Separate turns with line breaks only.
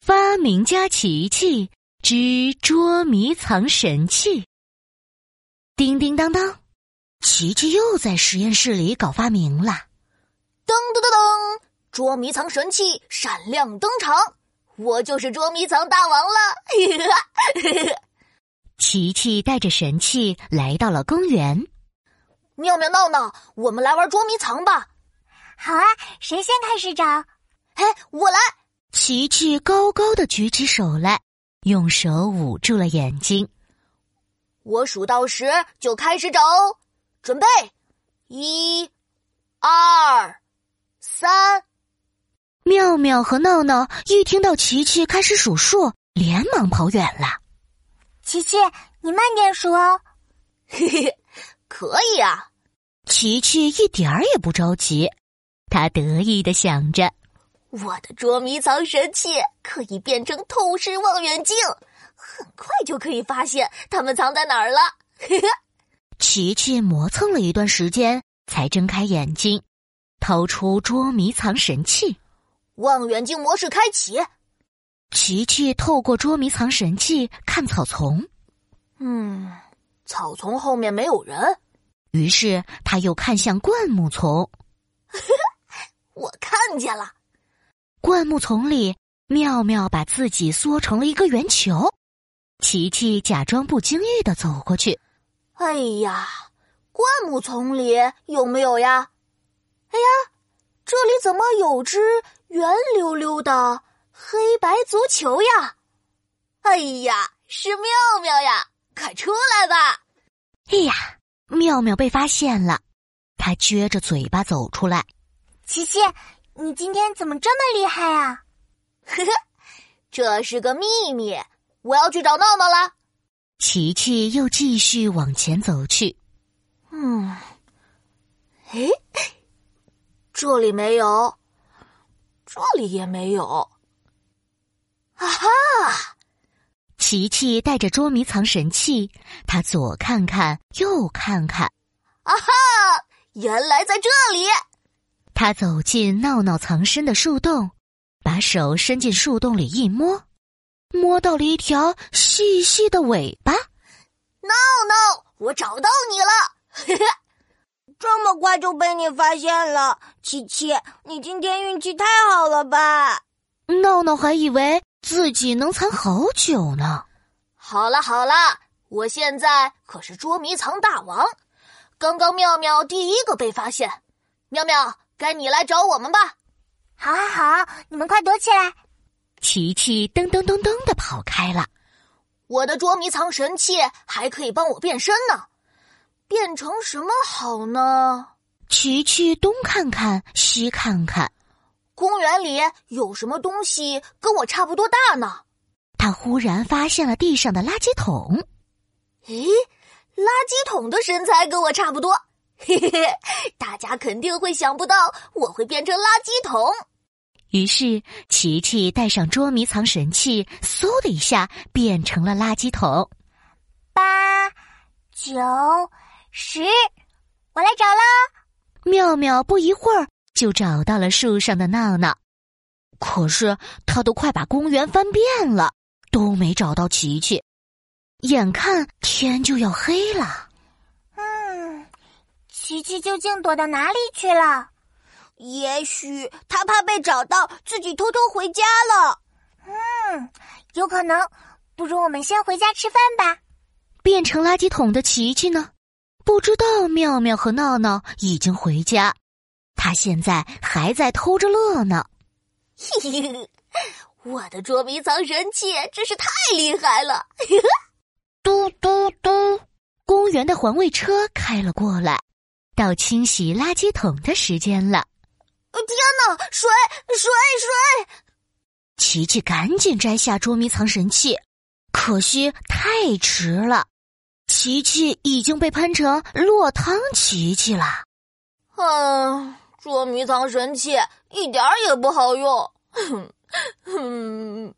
发明家琪琪之捉迷藏神器。叮叮当当，琪琪又在实验室里搞发明了。
噔噔噔噔，捉迷藏神器闪亮登场，我就是捉迷藏大王 了！
琪琪带着神器来到了公园。
妙妙闹闹，我们来玩捉迷藏吧！
好啊，谁先开始找？
嘿，我来！
琪琪高高的举起手来，用手捂住了眼睛。
我数到十就开始找哦，准备，一。二三，
妙妙和闹闹一听到琪琪开始数数，连忙跑远了。
琪琪，你慢点数哦。
嘿嘿， 可以啊。
琪琪一点儿也不着急，他得意的想着：“
我的捉迷藏神器可以变成透视望远镜，很快就可以发现他们藏在哪儿了。”嘿嘿，
琪琪磨蹭了一段时间。才睁开眼睛，掏出捉迷藏神器，
望远镜模式开启。
琪琪透过捉迷藏神器看草丛，
嗯，草丛后面没有人。
于是他又看向灌木丛，
我看见了。
灌木丛里，妙妙把自己缩成了一个圆球。琪琪假装不经意的走过去，
哎呀！灌木丛里有没有呀？哎呀，这里怎么有只圆溜溜的黑白足球呀？哎呀，是妙妙呀！快出来吧！
哎呀，妙妙被发现了，她撅着嘴巴走出来。
琪琪，你今天怎么这么厉害啊？
呵呵，这是个秘密，我要去找闹闹了。
琪琪又继续往前走去。
嗯， 诶，这里没有，这里也没有。啊哈！
琪琪带着捉迷藏神器，他左看看，右看看。
啊哈！原来在这里。
他走进闹闹藏身的树洞，把手伸进树洞里一摸，摸到了一条细细的尾巴。
闹闹，我找到你了！
这么快就被你发现了，琪琪，你今天运气太好了吧？
闹闹还以为自己能藏好久呢。
好了好了，我现在可是捉迷藏大王。刚刚妙妙第一个被发现，妙妙，该你来找我们吧。
好啊好啊，你们快躲起来！
琪琪噔噔噔噔的跑开了。
我的捉迷藏神器还可以帮我变身呢。变成什么好呢？
琪琪东看看西看看，
公园里有什么东西跟我差不多大呢？
他忽然发现了地上的垃圾桶。
咦，垃圾桶的身材跟我差不多， 嘿嘿嘿！大家肯定会想不到我会变成垃圾桶。
于是，琪琪带上捉迷藏神器，嗖的一下变成了垃圾桶。
八九。十，我来找啦！
妙妙不一会儿就找到了树上的闹闹，可是他都快把公园翻遍了，都没找到琪琪。眼看天就要黑了，
嗯，琪琪究竟躲到哪里去了？
也许他怕被找到，自己偷偷回家了。
嗯，有可能。不如我们先回家吃饭 吧。
变成垃圾桶的琪琪呢？不知道妙妙和闹闹已经回家，他现在还在偷着乐呢。
嘿嘿，我的捉迷藏神器真是太厉害了！
嘟嘟嘟，公园的环卫车开了过来，到清洗垃圾桶的时间了。
天哪，水水水！
琪琪赶紧摘下捉迷藏神器，可惜太迟了。琪琪已经被喷成落汤琪琪了。
嗯，
啊
捉迷藏神器一点儿也不好用。哼哼。